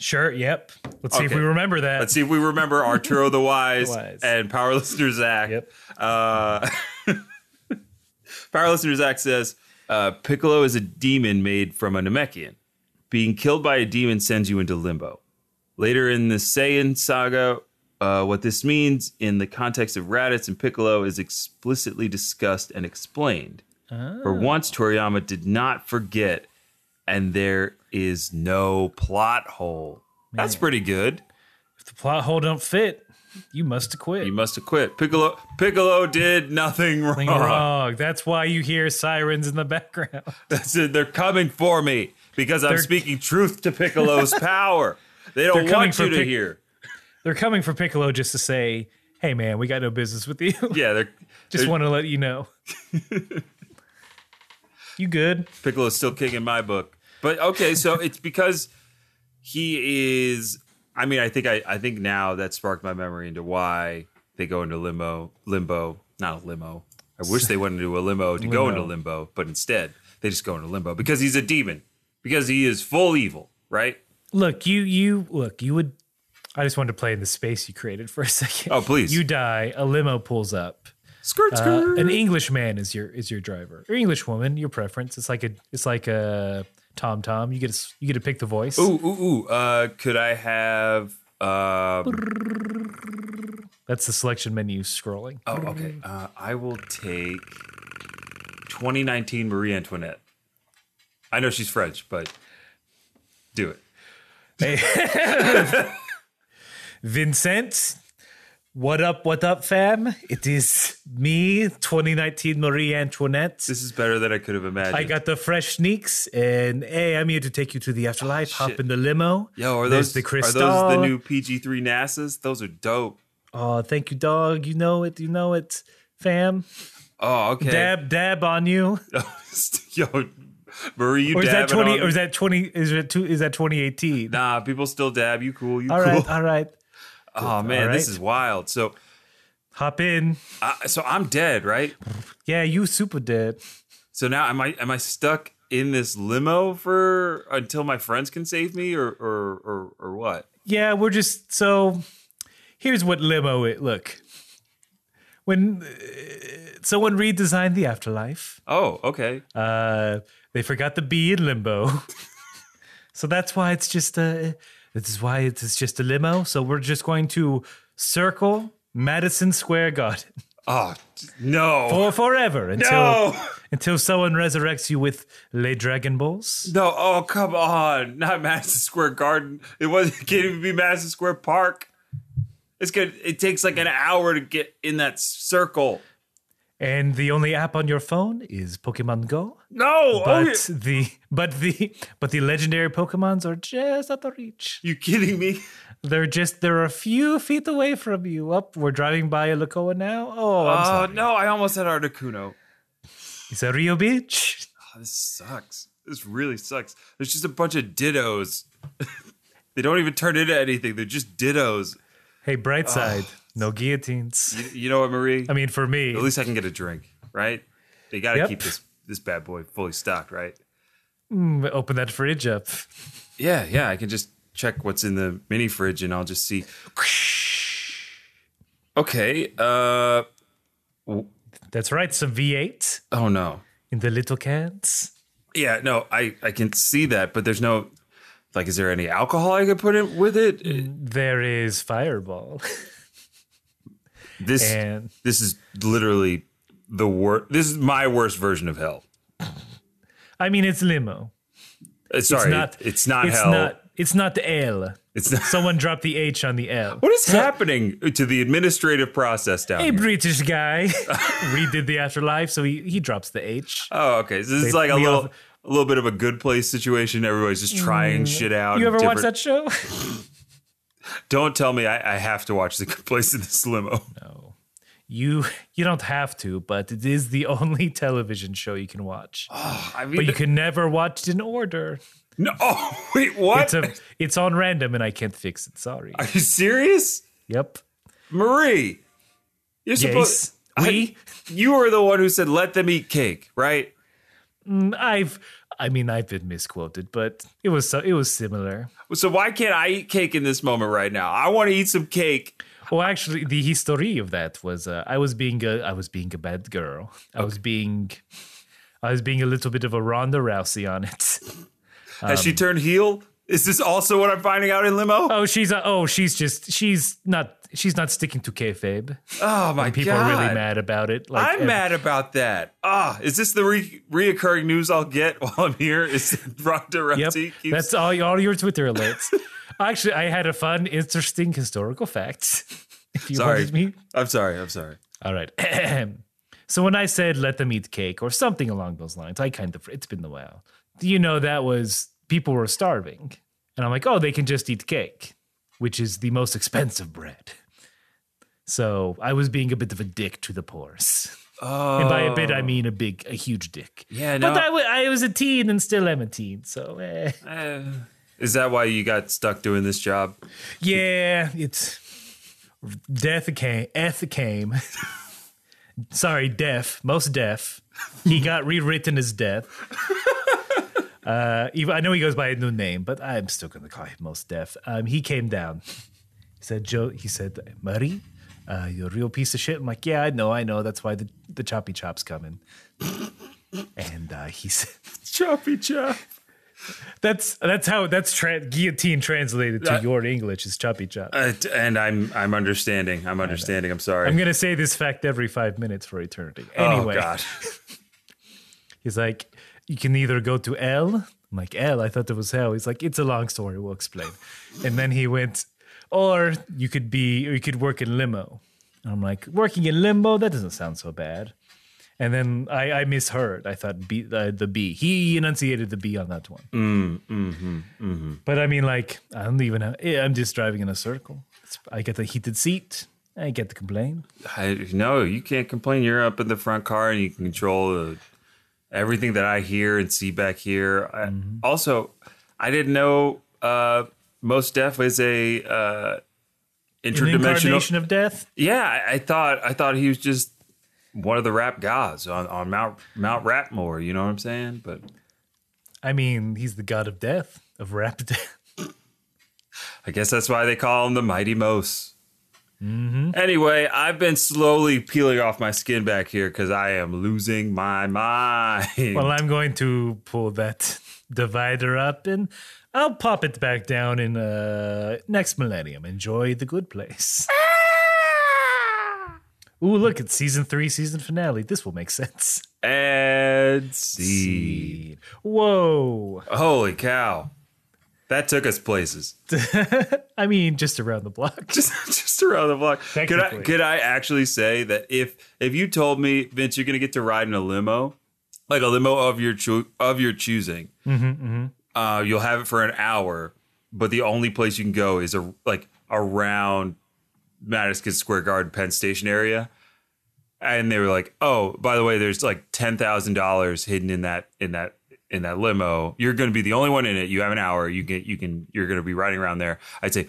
[SPEAKER 1] Sure. Yep. Let's see if
[SPEAKER 2] Okay.
[SPEAKER 1] we remember that.
[SPEAKER 2] Let's see if we remember Arturo the Wise,
[SPEAKER 1] Wise.
[SPEAKER 2] and Power Listener Zach.
[SPEAKER 1] Yep.
[SPEAKER 2] Uh, Power Listener Zach says uh, Piccolo is a demon made from a Namekian. Being killed by a demon sends you into limbo. Later in the Saiyan saga, uh, what this means in the context of Raditz and Piccolo is explicitly discussed and explained.
[SPEAKER 1] Oh.
[SPEAKER 2] For once, Toriyama did not forget, and there is no plot hole. That's pretty good.
[SPEAKER 1] If the plot hole don't fit, you must have quit.
[SPEAKER 2] You must have quit. Piccolo Piccolo did nothing wrong.
[SPEAKER 1] Nothing wrong. That's why you hear sirens in the background.
[SPEAKER 2] That's it. They're coming for me because I'm
[SPEAKER 1] They're-
[SPEAKER 2] speaking truth to Piccolo's power. They
[SPEAKER 1] They're
[SPEAKER 2] don't
[SPEAKER 1] coming
[SPEAKER 2] want
[SPEAKER 1] for
[SPEAKER 2] you to
[SPEAKER 1] Pic-
[SPEAKER 2] hear.
[SPEAKER 1] They're coming for Piccolo just to say, "Hey, man, we got no business with you.
[SPEAKER 2] Yeah, they're
[SPEAKER 1] just
[SPEAKER 2] they're-
[SPEAKER 1] want to let you know." you good?
[SPEAKER 2] Piccolo's still kicking my book. But okay, so it's because he is I mean, I think I, I think now that sparked my memory into why they go into limbo limbo, not a limo. I wish they went into a limo to go into limbo, but instead they just go into limbo because he's a demon. Because he is full evil, right?
[SPEAKER 1] Look, you you look, you would I just wanted to play in the space you created for a second.
[SPEAKER 2] Oh, please.
[SPEAKER 1] You die, a limo pulls up.
[SPEAKER 2] Skirt
[SPEAKER 1] Uh,
[SPEAKER 2] skirt.
[SPEAKER 1] an English man is your is your driver. Or English woman, your preference. It's like a it's like a Tom Tom. You get to, s- you get to pick the voice.
[SPEAKER 2] Ooh, ooh, ooh. Uh, could I have? Um,
[SPEAKER 1] That's the selection menu scrolling.
[SPEAKER 2] oh, okay. Uh, I will take 2019 Marie Antoinette. I know she's French, but do it.
[SPEAKER 1] Vincent, what up, what up, fam? It is me, 2019 Marie Antoinette.
[SPEAKER 2] This is better than I could have imagined.
[SPEAKER 1] I got the fresh sneaks, and hey, I'm here to take you to the afterlife. Hop in the limo.
[SPEAKER 2] Yo, are
[SPEAKER 1] There's
[SPEAKER 2] those
[SPEAKER 1] the crystal?
[SPEAKER 2] Are those the new PG three NASA's? Those are dope.
[SPEAKER 1] Oh, thank you, dog. You know it. You know it, fam.
[SPEAKER 2] Oh, okay.
[SPEAKER 1] Dab, dab on you.
[SPEAKER 2] Yo, Marie, you
[SPEAKER 1] Or is that
[SPEAKER 2] dabbing
[SPEAKER 1] twenty?
[SPEAKER 2] on
[SPEAKER 1] Or is
[SPEAKER 2] me?
[SPEAKER 1] that twenty? Is it two? Is that twenty eighteen?
[SPEAKER 2] Nah, people still dab. You cool? You
[SPEAKER 1] All
[SPEAKER 2] cool?
[SPEAKER 1] right, all right.
[SPEAKER 2] Oh man,
[SPEAKER 1] All
[SPEAKER 2] this
[SPEAKER 1] right.
[SPEAKER 2] is wild. So,
[SPEAKER 1] Hop in.
[SPEAKER 2] I so I'm dead, right?
[SPEAKER 1] Yeah, you super dead.
[SPEAKER 2] So now am I am I stuck in this limo for until my friends can save me or or or, or what?
[SPEAKER 1] Yeah, we're just so. Here's what limo it look. When uh, someone redesigned the afterlife,
[SPEAKER 2] Oh, okay.
[SPEAKER 1] uh, they forgot the B in limbo, so that's why it's just a. This is why it's, it's just a limo. So we're just going to circle Madison Square Garden
[SPEAKER 2] Oh no.
[SPEAKER 1] for forever until
[SPEAKER 2] No.
[SPEAKER 1] until someone resurrects you with Le Dragon Balls.
[SPEAKER 2] No, oh come on. Not Madison Square Garden. It was it can't even be Madison Square Park. It's good. It takes like an hour to get in that circle.
[SPEAKER 1] And the only app on your phone is Pokemon Go.
[SPEAKER 2] No, oh,
[SPEAKER 1] but the but the but the legendary Pokemons are just out of reach.
[SPEAKER 2] you kidding me?
[SPEAKER 1] They're just they're a few feet away from you. Up, we're driving by a Lakoa now. Oh, I'm
[SPEAKER 2] Oh
[SPEAKER 1] sorry.
[SPEAKER 2] no, I almost had Articuno.
[SPEAKER 1] It's a Rio Beach.
[SPEAKER 2] Oh, this sucks. This really sucks. There's just a bunch of dittos. they don't even turn into anything. They're just dittos.
[SPEAKER 1] Hey, bright
[SPEAKER 2] Ah.
[SPEAKER 1] side, no guillotines.
[SPEAKER 2] You know what, Marie?
[SPEAKER 1] I mean, for me,
[SPEAKER 2] At least I can get a drink, right? You got to
[SPEAKER 1] Yep.
[SPEAKER 2] keep this this bad boy fully stocked, right?
[SPEAKER 1] mm, open that fridge up.
[SPEAKER 2] Yeah, yeah. I can just check what's in the mini fridge, and I'll just see. Okay. Uh.
[SPEAKER 1] That's right, some V8
[SPEAKER 2] Oh no.
[SPEAKER 1] in the little cans.
[SPEAKER 2] Yeah. No. I I can see that, but there's no. Like, is there any alcohol I could put in with
[SPEAKER 1] Mm.
[SPEAKER 2] it?
[SPEAKER 1] There is Fireball,
[SPEAKER 2] This
[SPEAKER 1] and
[SPEAKER 2] this is literally the worst. This is my worst version of hell.
[SPEAKER 1] I mean it's limo.
[SPEAKER 2] Uh, Sorry, it's not,
[SPEAKER 1] not- it's
[SPEAKER 2] hell.
[SPEAKER 1] not. It's not the L.
[SPEAKER 2] it's not.
[SPEAKER 1] Someone dropped the H on the L.
[SPEAKER 2] What is happening to the administrative process down
[SPEAKER 1] Hey,
[SPEAKER 2] here?
[SPEAKER 1] British guy redid the afterlife, so he, he drops the H.
[SPEAKER 2] Oh, okay. So this is like a
[SPEAKER 1] we
[SPEAKER 2] little,
[SPEAKER 1] all-
[SPEAKER 2] a little bit of a good place situation. Everybody's just trying shit out.
[SPEAKER 1] Mm. You
[SPEAKER 2] and
[SPEAKER 1] ever watch
[SPEAKER 2] Oh, different-
[SPEAKER 1] that show?
[SPEAKER 2] Don't tell me I, I have to watch the good place in this limo.
[SPEAKER 1] No, you you don't have to, but it is the only television show you can watch.
[SPEAKER 2] I mean,
[SPEAKER 1] But you can never watch it in order.
[SPEAKER 2] no. Oh, wait,
[SPEAKER 1] It's
[SPEAKER 2] what?
[SPEAKER 1] a, it's on random, and I can't fix it. Sorry.
[SPEAKER 2] Are you serious,
[SPEAKER 1] Yep.
[SPEAKER 2] Marie? You're
[SPEAKER 1] Yes.
[SPEAKER 2] supposed.
[SPEAKER 1] We.
[SPEAKER 2] You were the one who said, "Let them eat cake," right?
[SPEAKER 1] I've I mean, I've been misquoted, but it was so, it was similar.
[SPEAKER 2] So why can't I eat cake in this moment right now? I want to eat some cake.
[SPEAKER 1] Well, actually, the history of that was uh, I was being a I was being a bad girl. I was being I was being a little bit of a Ronda Rousey on it.
[SPEAKER 2] Has she turned heel? Is this also what I'm finding out in limo?
[SPEAKER 1] Um, Oh, she's uh, oh she's just she's not she's not sticking to kayfabe.
[SPEAKER 2] Oh my
[SPEAKER 1] People are
[SPEAKER 2] god!
[SPEAKER 1] really mad about it. Like,
[SPEAKER 2] I'm
[SPEAKER 1] ev-
[SPEAKER 2] mad about that. Ah, is this the re- reoccurring news I'll get while I'm here? Is that Ronda
[SPEAKER 1] Yep,
[SPEAKER 2] Rousey keeps
[SPEAKER 1] that's all all your Twitter alerts. Actually, I had a fun, interesting historical fact. If you
[SPEAKER 2] Sorry.
[SPEAKER 1] wanted me
[SPEAKER 2] I'm sorry. I'm sorry.
[SPEAKER 1] All right. so when I said let them eat cake or something along those lines, I kind of it's been a while. You know that was people were starving, and I'm like, oh, they can just eat cake, which is the most expensive bread. So I was being a bit of a dick to the poor's,
[SPEAKER 2] Oh,
[SPEAKER 1] and by a bit I mean a big, a huge dick.
[SPEAKER 2] yeah. No,
[SPEAKER 1] But I wa- I was a teen and still am a teen, so eh.
[SPEAKER 2] eh. is that why you got stuck doing this job?
[SPEAKER 1] yeah, it's death came. F came. Sorry, deaf. Most deaf. He got rewritten as deaf. Uh, even, I know he goes by a new name, but I'm still going to call him most deaf. Um, he came down. He said, "Joe." He said, "Murray, uh, you're a real piece of shit." I'm like, "Yeah, I know, I know. That's why the, the choppy chop's coming." and uh, he said,
[SPEAKER 2] Choppy chop.
[SPEAKER 1] "That's that's how that's tra- guillotine translated to your English is choppy chop."
[SPEAKER 2] Uh, t- and I'm I'm understanding. I'm understanding. I'm sorry.
[SPEAKER 1] I'm gonna say this fact every five minutes for eternity. Anyway,
[SPEAKER 2] Oh God.
[SPEAKER 1] he's like, you can either go to L. I'm like L. I thought it was hell. He's like, it's a long story. We'll explain. and then he went, or you could be, or you could work in limo. And I'm like, working in limbo. That doesn't sound so bad. And then I, I misheard. I thought B, uh, the B. He enunciated the B on that one.
[SPEAKER 2] Mm, mm-hmm,
[SPEAKER 1] But I mean, like, I don't even. Have, eh, I'm just driving in a circle. It's, I get the heated seat. I get to complain.
[SPEAKER 2] I, no, you can't complain. You're up in the front car and you can control the, everything that I hear and see back here. I,
[SPEAKER 1] Mm-hmm.
[SPEAKER 2] Also, I didn't know uh, most deaf is a uh,
[SPEAKER 1] An
[SPEAKER 2] interdimensional.
[SPEAKER 1] incarnation of death.
[SPEAKER 2] Yeah, I, I thought I thought he was just one of the rap gods on, on Mount Mount Rapmore. You know what I'm saying? But
[SPEAKER 1] I mean, he's the god of death, of rap death.
[SPEAKER 2] I guess that's why they call him the Mighty Mose.
[SPEAKER 1] Mm-hmm.
[SPEAKER 2] Anyway, I've been slowly peeling off my skin back here because I am losing my mind.
[SPEAKER 1] Well, I'm going to pull that divider up and I'll pop it back down in uh, next millennium. Enjoy the good place. Ooh, look, it's season three, season finale. This will make sense.
[SPEAKER 2] And see.
[SPEAKER 1] Whoa.
[SPEAKER 2] Holy cow. That took us places.
[SPEAKER 1] I mean, just around the block.
[SPEAKER 2] Just just around the block. Could I
[SPEAKER 1] Technically.
[SPEAKER 2] could I actually say that if if you told me, Vince, you're gonna get to ride in a limo, like a limo of your cho- of your choosing, uh, you'll have it for an hour, but the only place you can go is a, like around Madison Square Garden, Penn Station area. And they were like, "Oh, by the way, there's like ten thousand dollars hidden in that in that in that limo. You're going to be the only one in it. You have an hour. You can you can you're going to be riding around there." I'd say,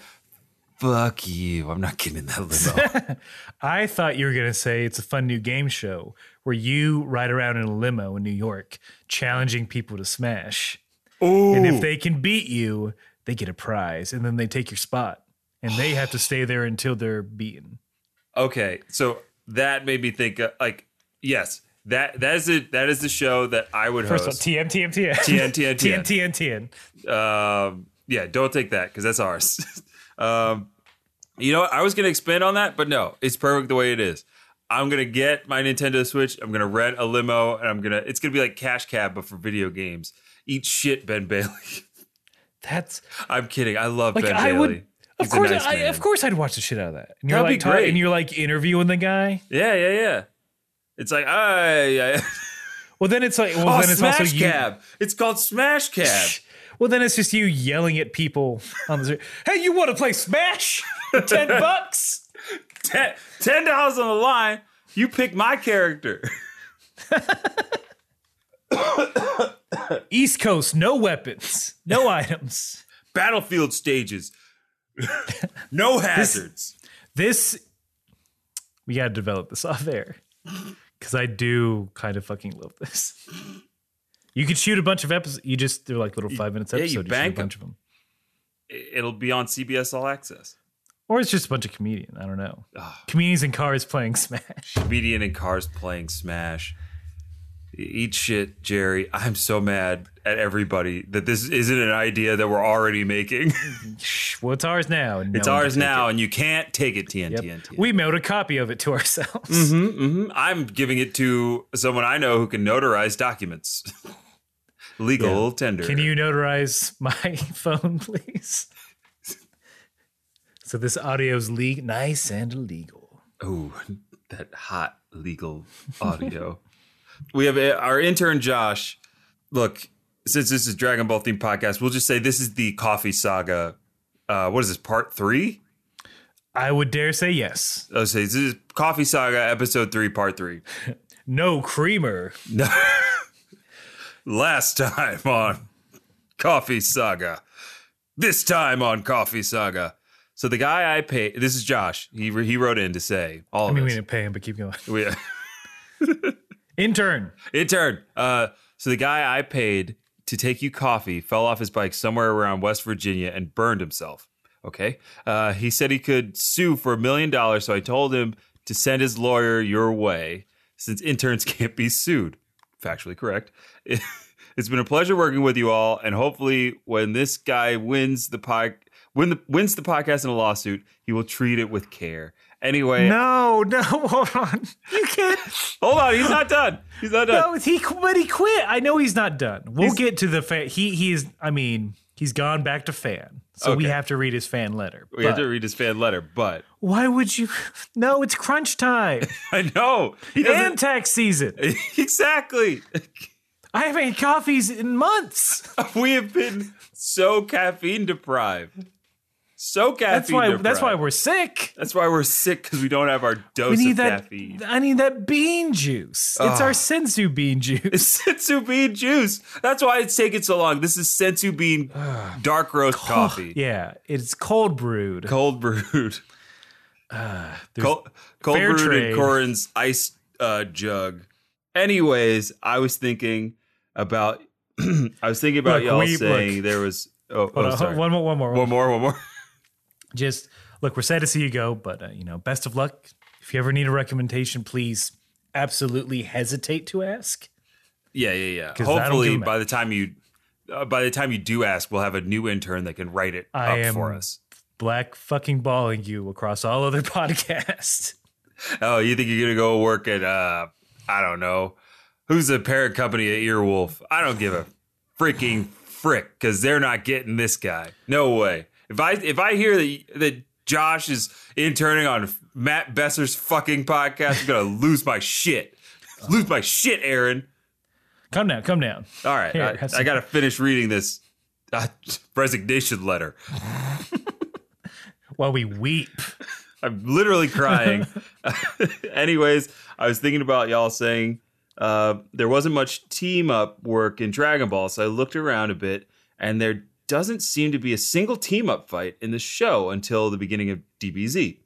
[SPEAKER 2] "Fuck you! I'm not getting in that limo."
[SPEAKER 1] I thought you were going to say it's a fun new game show where you ride around in a limo in New York challenging people to smash.
[SPEAKER 2] Ooh,
[SPEAKER 1] And if they can beat you, they get a prize and then they take your spot and they have to stay there until they're beaten.
[SPEAKER 2] okay. So that made me think. Uh, like, yes, that that is it. That is the show that I would
[SPEAKER 1] First of all,
[SPEAKER 2] host.
[SPEAKER 1] TM, TM, TM.
[SPEAKER 2] TN, TN,
[SPEAKER 1] TN, TN, TN.
[SPEAKER 2] um, yeah, don't take that because that's ours. um, you know what? I was going to expand on that, but no, it's perfect the way it is. I'm going to get my Nintendo Switch. I'm going to rent a limo and I'm going to, it's going to be like Cash Cab, but for video games. Eat shit, Ben Bailey.
[SPEAKER 1] That's
[SPEAKER 2] I'm kidding. I love
[SPEAKER 1] like,
[SPEAKER 2] Ben
[SPEAKER 1] I
[SPEAKER 2] Bailey.
[SPEAKER 1] would. Of
[SPEAKER 2] He's a
[SPEAKER 1] course,
[SPEAKER 2] nice
[SPEAKER 1] I,
[SPEAKER 2] man.
[SPEAKER 1] of course, I'd watch the shit out of that. And you're
[SPEAKER 2] That'd
[SPEAKER 1] like,
[SPEAKER 2] be
[SPEAKER 1] ta-
[SPEAKER 2] great.
[SPEAKER 1] And you're like interviewing the guy.
[SPEAKER 2] Yeah, yeah, yeah. It's like, ah, yeah. yeah.
[SPEAKER 1] Well, then it's like, well,
[SPEAKER 2] Oh,
[SPEAKER 1] then it's
[SPEAKER 2] Smash
[SPEAKER 1] also you.
[SPEAKER 2] Cab. It's called Smash Cab.
[SPEAKER 1] Well, then it's just you yelling at people on the street. Hey, you want to play Smash? For Ten bucks.
[SPEAKER 2] Ten ten dollars on the line. You pick my character.
[SPEAKER 1] East Coast, no weapons, no items.
[SPEAKER 2] Battlefield stages. no hazards.
[SPEAKER 1] this we gotta develop this off air because i do kind of fucking love this You could shoot a bunch of episodes. You just they're like little five minutes
[SPEAKER 2] yeah, you
[SPEAKER 1] episodes. you, shoot
[SPEAKER 2] bank
[SPEAKER 1] a bunch of them,
[SPEAKER 2] It'll be on CBS All Access.
[SPEAKER 1] or it's just a bunch of comedian. I don't know.
[SPEAKER 2] Ugh.
[SPEAKER 1] Comedians in cars playing Smash.
[SPEAKER 2] Comedian in cars playing Smash. Eat shit, Jerry. I'm so mad at everybody that this isn't an idea that we're already making.
[SPEAKER 1] Shh, well, it's ours now. and
[SPEAKER 2] it's
[SPEAKER 1] no one
[SPEAKER 2] ours
[SPEAKER 1] can take
[SPEAKER 2] now, and you can't take it, TNT.
[SPEAKER 1] it. Yep. We mailed a copy of it to ourselves.
[SPEAKER 2] hmm I'm giving it to someone I know who can notarize documents. Legal tender.
[SPEAKER 1] Can you notarize my phone, please? so this audio's legal, nice and illegal.
[SPEAKER 2] Ooh, that hot legal audio. we have uh, our intern Josh. Look, since this is Dragon Ball themed podcast, we'll just say this is the Coffee Saga. Uh, what is this part three?
[SPEAKER 1] I would dare say yes.
[SPEAKER 2] I'll say this is Coffee Saga episode three, part three.
[SPEAKER 1] No creamer.
[SPEAKER 2] No. Last time on Coffee Saga. This time on Coffee Saga. So the guy I pay, this is Josh. He he wrote in to say all
[SPEAKER 1] I
[SPEAKER 2] of
[SPEAKER 1] mean, we
[SPEAKER 2] this.
[SPEAKER 1] didn't pay him, but keep going.
[SPEAKER 2] We-
[SPEAKER 1] Intern.
[SPEAKER 2] Intern. Uh, so the guy I paid to take you coffee fell off his bike somewhere around West Virginia and burned himself. Okay. Uh, he said he could sue for a million dollars, so I told him to send his lawyer your way since interns can't be sued. Factually correct. It's been a pleasure working with you all, and hopefully, when this guy wins the pod, win the, wins the podcast in a lawsuit, he will treat it with care. Anyway,
[SPEAKER 1] No, no, hold on. You can't.
[SPEAKER 2] hold on, he's not done. He's not done.
[SPEAKER 1] No, he qu- but he quit. I know he's not done. We'll get to the fan. He he is. I mean, he's gone back to fan. So we
[SPEAKER 2] Okay.
[SPEAKER 1] have to read his fan letter.
[SPEAKER 2] we have
[SPEAKER 1] But
[SPEAKER 2] to read his fan letter, but
[SPEAKER 1] Why would you? No, it's crunch time
[SPEAKER 2] I know. He
[SPEAKER 1] and
[SPEAKER 2] doesn't
[SPEAKER 1] tax season.
[SPEAKER 2] exactly.
[SPEAKER 1] I haven't had coffees in months.
[SPEAKER 2] We have been so caffeine deprived. So caffeine
[SPEAKER 1] That's why.
[SPEAKER 2] deprived.
[SPEAKER 1] That's why we're sick.
[SPEAKER 2] That's why we're sick because we don't have our
[SPEAKER 1] We
[SPEAKER 2] dose
[SPEAKER 1] need
[SPEAKER 2] of
[SPEAKER 1] that.
[SPEAKER 2] caffeine. Ah.
[SPEAKER 1] I need that bean juice. It's our sensu bean juice.
[SPEAKER 2] Sensu bean juice. That's why it's taken so long. This is Sensu bean dark roast coffee.
[SPEAKER 1] Yeah, it's cold brewed.
[SPEAKER 2] Cold brewed. cold cold
[SPEAKER 1] Ah, fair
[SPEAKER 2] brewed
[SPEAKER 1] trade.
[SPEAKER 2] in Corin's ice uh, jug. Anyways, I was thinking about I was thinking about
[SPEAKER 1] Look,
[SPEAKER 2] y'all
[SPEAKER 1] we-
[SPEAKER 2] saying
[SPEAKER 1] look.
[SPEAKER 2] there was oh,
[SPEAKER 1] Hold
[SPEAKER 2] oh
[SPEAKER 1] on,
[SPEAKER 2] sorry.
[SPEAKER 1] one more. One more.
[SPEAKER 2] one more, one more.
[SPEAKER 1] Just look, we're sad to see you go, but uh, you know, best of luck. If you ever need a recommendation, please absolutely hesitate to ask.
[SPEAKER 2] Yeah, yeah, yeah.
[SPEAKER 1] 'Cause I don't
[SPEAKER 2] Hopefully,
[SPEAKER 1] do math.
[SPEAKER 2] by the time you uh, by the time you do ask, we'll have a new intern that can write it
[SPEAKER 1] I
[SPEAKER 2] up
[SPEAKER 1] am-
[SPEAKER 2] for us.
[SPEAKER 1] Black fucking balling you across all other podcasts.
[SPEAKER 2] Oh, you think you're gonna go work at uh, I don't know, who's the parent company at Earwolf? I don't give a freaking frick because they're not getting this guy. No way. If I if I hear that that Josh is interning on Matt Besser's fucking podcast, I'm gonna lose my shit. Lose my shit, Aaron.
[SPEAKER 1] Come down, come down.
[SPEAKER 2] All right,
[SPEAKER 1] Here,
[SPEAKER 2] I-
[SPEAKER 1] have
[SPEAKER 2] I,
[SPEAKER 1] some-
[SPEAKER 2] gotta finish reading this uh, resignation letter.
[SPEAKER 1] While we weep.
[SPEAKER 2] I'm literally crying. Anyways, I was thinking about y'all saying uh, there wasn't much team up work in Dragon Ball, so I looked around a bit, and there doesn't seem to be a single team up fight in the show until the beginning of DBZ.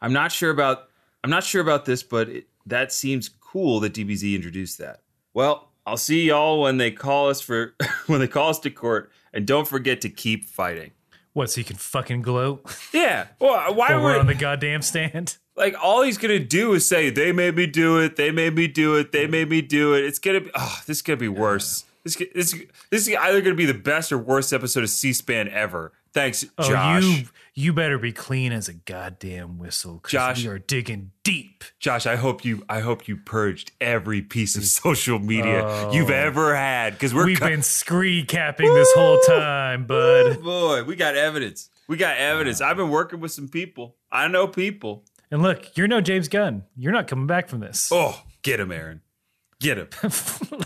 [SPEAKER 2] I'm not sure about I'm not sure about this, but it, that seems cool that DBZ introduced that. Well, I'll see y'all when they call us for when they call us to court, and don't forget to keep fighting.
[SPEAKER 1] What, so you can fucking gloat
[SPEAKER 2] Yeah. Well, why
[SPEAKER 1] while
[SPEAKER 2] would
[SPEAKER 1] we're on the goddamn stand?
[SPEAKER 2] like all he's gonna do is say they made me do it they made me do it they made me do it it's gonna be oh this is gonna be worse this, could- this this is either gonna be the best or worst episode of c-span ever thanks
[SPEAKER 1] Oh,
[SPEAKER 2] josh
[SPEAKER 1] you you better be clean as a goddamn whistle. 'cause
[SPEAKER 2] Josh.
[SPEAKER 1] we are digging deep.
[SPEAKER 2] josh i hope you i hope you purged every piece of social media you've ever had because we're
[SPEAKER 1] Oh. We've
[SPEAKER 2] co-
[SPEAKER 1] been scree capping this whole time, bud.
[SPEAKER 2] boy we got evidence we got evidence i've been working with some people i know people
[SPEAKER 1] And look, you're no James Gunn. You're not coming back from this.
[SPEAKER 2] oh get him aaron get him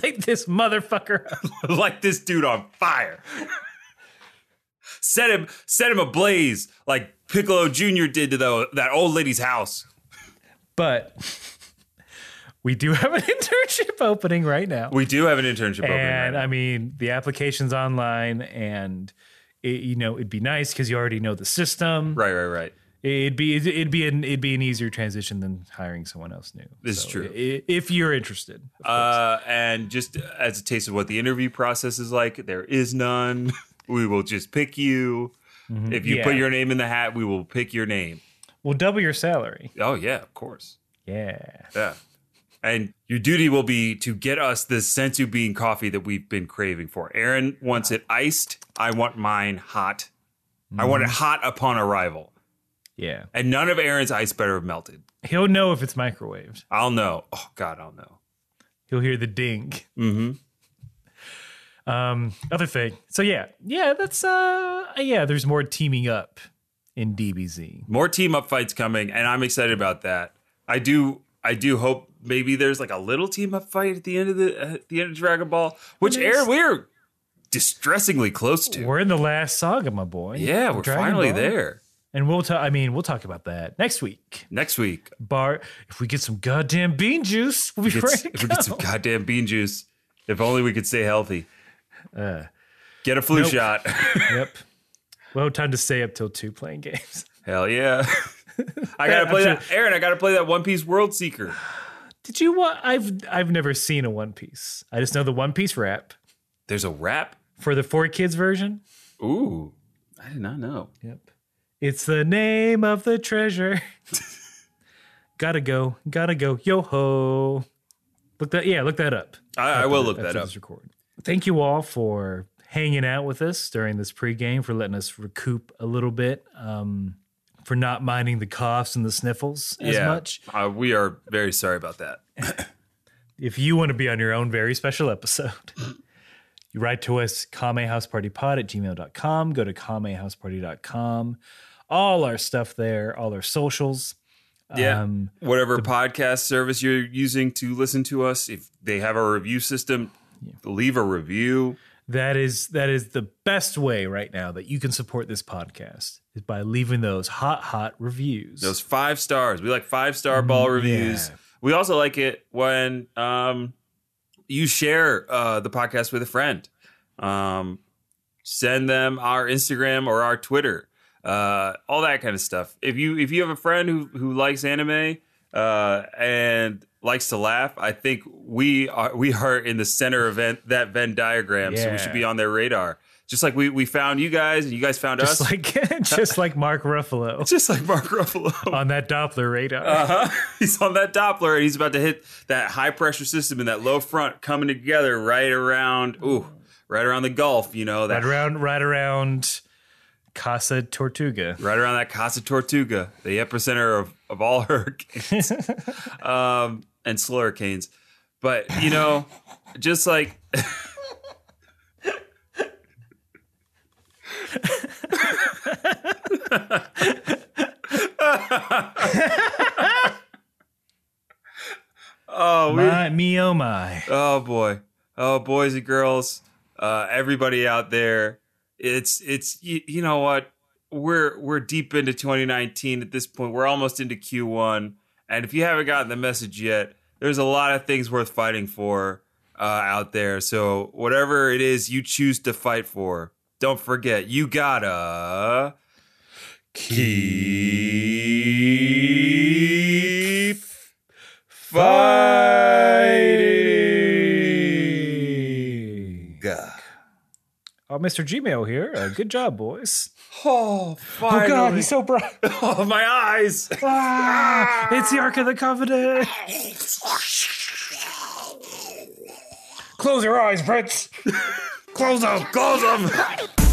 [SPEAKER 1] Light this motherfucker up.
[SPEAKER 2] light this dude on fire. set him set him ablaze like Piccolo Jr. did to the, that old lady's house.
[SPEAKER 1] But we do have an internship opening right now.
[SPEAKER 2] We do have an internship
[SPEAKER 1] and
[SPEAKER 2] opening.
[SPEAKER 1] I mean, the application's online, and it, you know, it'd be nice because you already know the system.
[SPEAKER 2] Right, right, right. right.
[SPEAKER 1] It'd be it'd be an it'd be an easier transition than hiring someone else new.
[SPEAKER 2] This is true.
[SPEAKER 1] i- If you're interested, of course.
[SPEAKER 2] Uh, and just as a taste of what the interview process is like, there is none. We will just pick you. If you put
[SPEAKER 1] Mm-hmm. Yeah.
[SPEAKER 2] your name in the hat, we will pick your name.
[SPEAKER 1] we'll double your salary.
[SPEAKER 2] Oh yeah, of course.
[SPEAKER 1] Yeah,
[SPEAKER 2] Yeah. And your duty will be to get us this sensu bean coffee that we've been craving for. Aaron wants it iced. I want mine hot. I want it
[SPEAKER 1] Mm-hmm.
[SPEAKER 2] hot upon arrival.
[SPEAKER 1] yeah.
[SPEAKER 2] And none of Aaron's ice better have melted.
[SPEAKER 1] He'll know if it's microwaved.
[SPEAKER 2] I'll know. Oh God, I'll know.
[SPEAKER 1] He'll hear the ding. Mm-hmm. Um, other thing. So yeah, yeah. That's uh, yeah. There's more teaming up in DBZ.
[SPEAKER 2] More team up fights coming, and I'm excited about that. I do. I do hope maybe there's like a little team up fight at the end of the uh, at the end of Dragon Ball, which
[SPEAKER 1] I mean, it's-
[SPEAKER 2] Aaron we're distressingly close to.
[SPEAKER 1] We're in the last saga, my boy.
[SPEAKER 2] yeah, we're
[SPEAKER 1] Dragon
[SPEAKER 2] finally
[SPEAKER 1] Ball.
[SPEAKER 2] there.
[SPEAKER 1] And we'll talk. I mean, we'll talk about that next week.
[SPEAKER 2] Next week,
[SPEAKER 1] Bar, if we get some goddamn bean juice, we'll be
[SPEAKER 2] get,
[SPEAKER 1] ready to
[SPEAKER 2] if we get
[SPEAKER 1] go.
[SPEAKER 2] some goddamn bean juice. If only we could stay healthy. get a flu
[SPEAKER 1] nope.
[SPEAKER 2] shot.
[SPEAKER 1] yep. Well, time to stay up till two playing games.
[SPEAKER 2] Hell yeah. I gotta play that, Aaron. I gotta play that One Piece World Seeker.
[SPEAKER 1] Did you want? I've I've never seen a One Piece. I just know the One Piece rap
[SPEAKER 2] There's a rap.
[SPEAKER 1] for the four kids version.
[SPEAKER 2] Ooh, I did not know.
[SPEAKER 1] Yep. It's the name of the treasure. gotta go, gotta go, yo ho. Look that, yeah, look that up.
[SPEAKER 2] I, I will look
[SPEAKER 1] after
[SPEAKER 2] that up.
[SPEAKER 1] this record. Thank you all for hanging out with us during this pregame, for letting us recoup a little bit, um, for not minding the coughs and the sniffles as
[SPEAKER 2] yeah,
[SPEAKER 1] much.
[SPEAKER 2] Uh, we are very sorry about that.
[SPEAKER 1] If you want to be on your own very special episode, you write to us, kamehousepartypod at gmail.com. Go to kamehouseparty.com. All our stuff there, all our socials.
[SPEAKER 2] Yeah.
[SPEAKER 1] Um,
[SPEAKER 2] Whatever podcast service you're using to listen to us, if they have a review system, leave a review.
[SPEAKER 1] That is that is the best way right now that you can support this podcast is by leaving those hot, hot reviews.
[SPEAKER 2] Those five stars. We like five star ball reviews.
[SPEAKER 1] Mm-hmm. yeah.
[SPEAKER 2] We also like it when um, you share uh, the podcast with a friend. Um, send them our Instagram or our Twitter, uh, all that kind of stuff. If you if you have a friend who who likes anime uh, and likes to laugh, I think we are we are in the center of Venn- that Venn diagram, so we should
[SPEAKER 1] Yeah.
[SPEAKER 2] be on their radar. Just like we we found you guys and you guys found
[SPEAKER 1] just
[SPEAKER 2] us.
[SPEAKER 1] like just like Mark Ruffalo
[SPEAKER 2] just like Mark Ruffalo.
[SPEAKER 1] on that Doppler radar.
[SPEAKER 2] Uh-huh. He's on that Doppler and he's about to hit that high pressure system and that low front coming together right around ooh, right around the Gulf, you know,
[SPEAKER 1] right
[SPEAKER 2] that
[SPEAKER 1] around right around Casa Tortuga.
[SPEAKER 2] right around that Casa Tortuga, the epicenter of, of all hurricanes um, and slurricanes. But, you know, just like. oh, we,
[SPEAKER 1] My, me oh my.
[SPEAKER 2] Oh boy. Oh boys and girls, uh, everybody out there. It's it's you, you know what? We're we're deep into 2019 at this point. We're almost into Q1. And if you haven't gotten the message yet, there's a lot of things worth fighting for uh, out there. So whatever it is you choose to fight for, don't forget you gotta keep fighting.
[SPEAKER 1] Oh, Mr. Gmail here. Uh, good job, boys.
[SPEAKER 2] Oh,
[SPEAKER 1] Oh
[SPEAKER 2] finally.
[SPEAKER 1] God, he's so bright.
[SPEAKER 2] Oh, my eyes.
[SPEAKER 1] Ah, it's the Ark of the Covenant. Close your eyes, Prince.
[SPEAKER 2] Close them. Close them.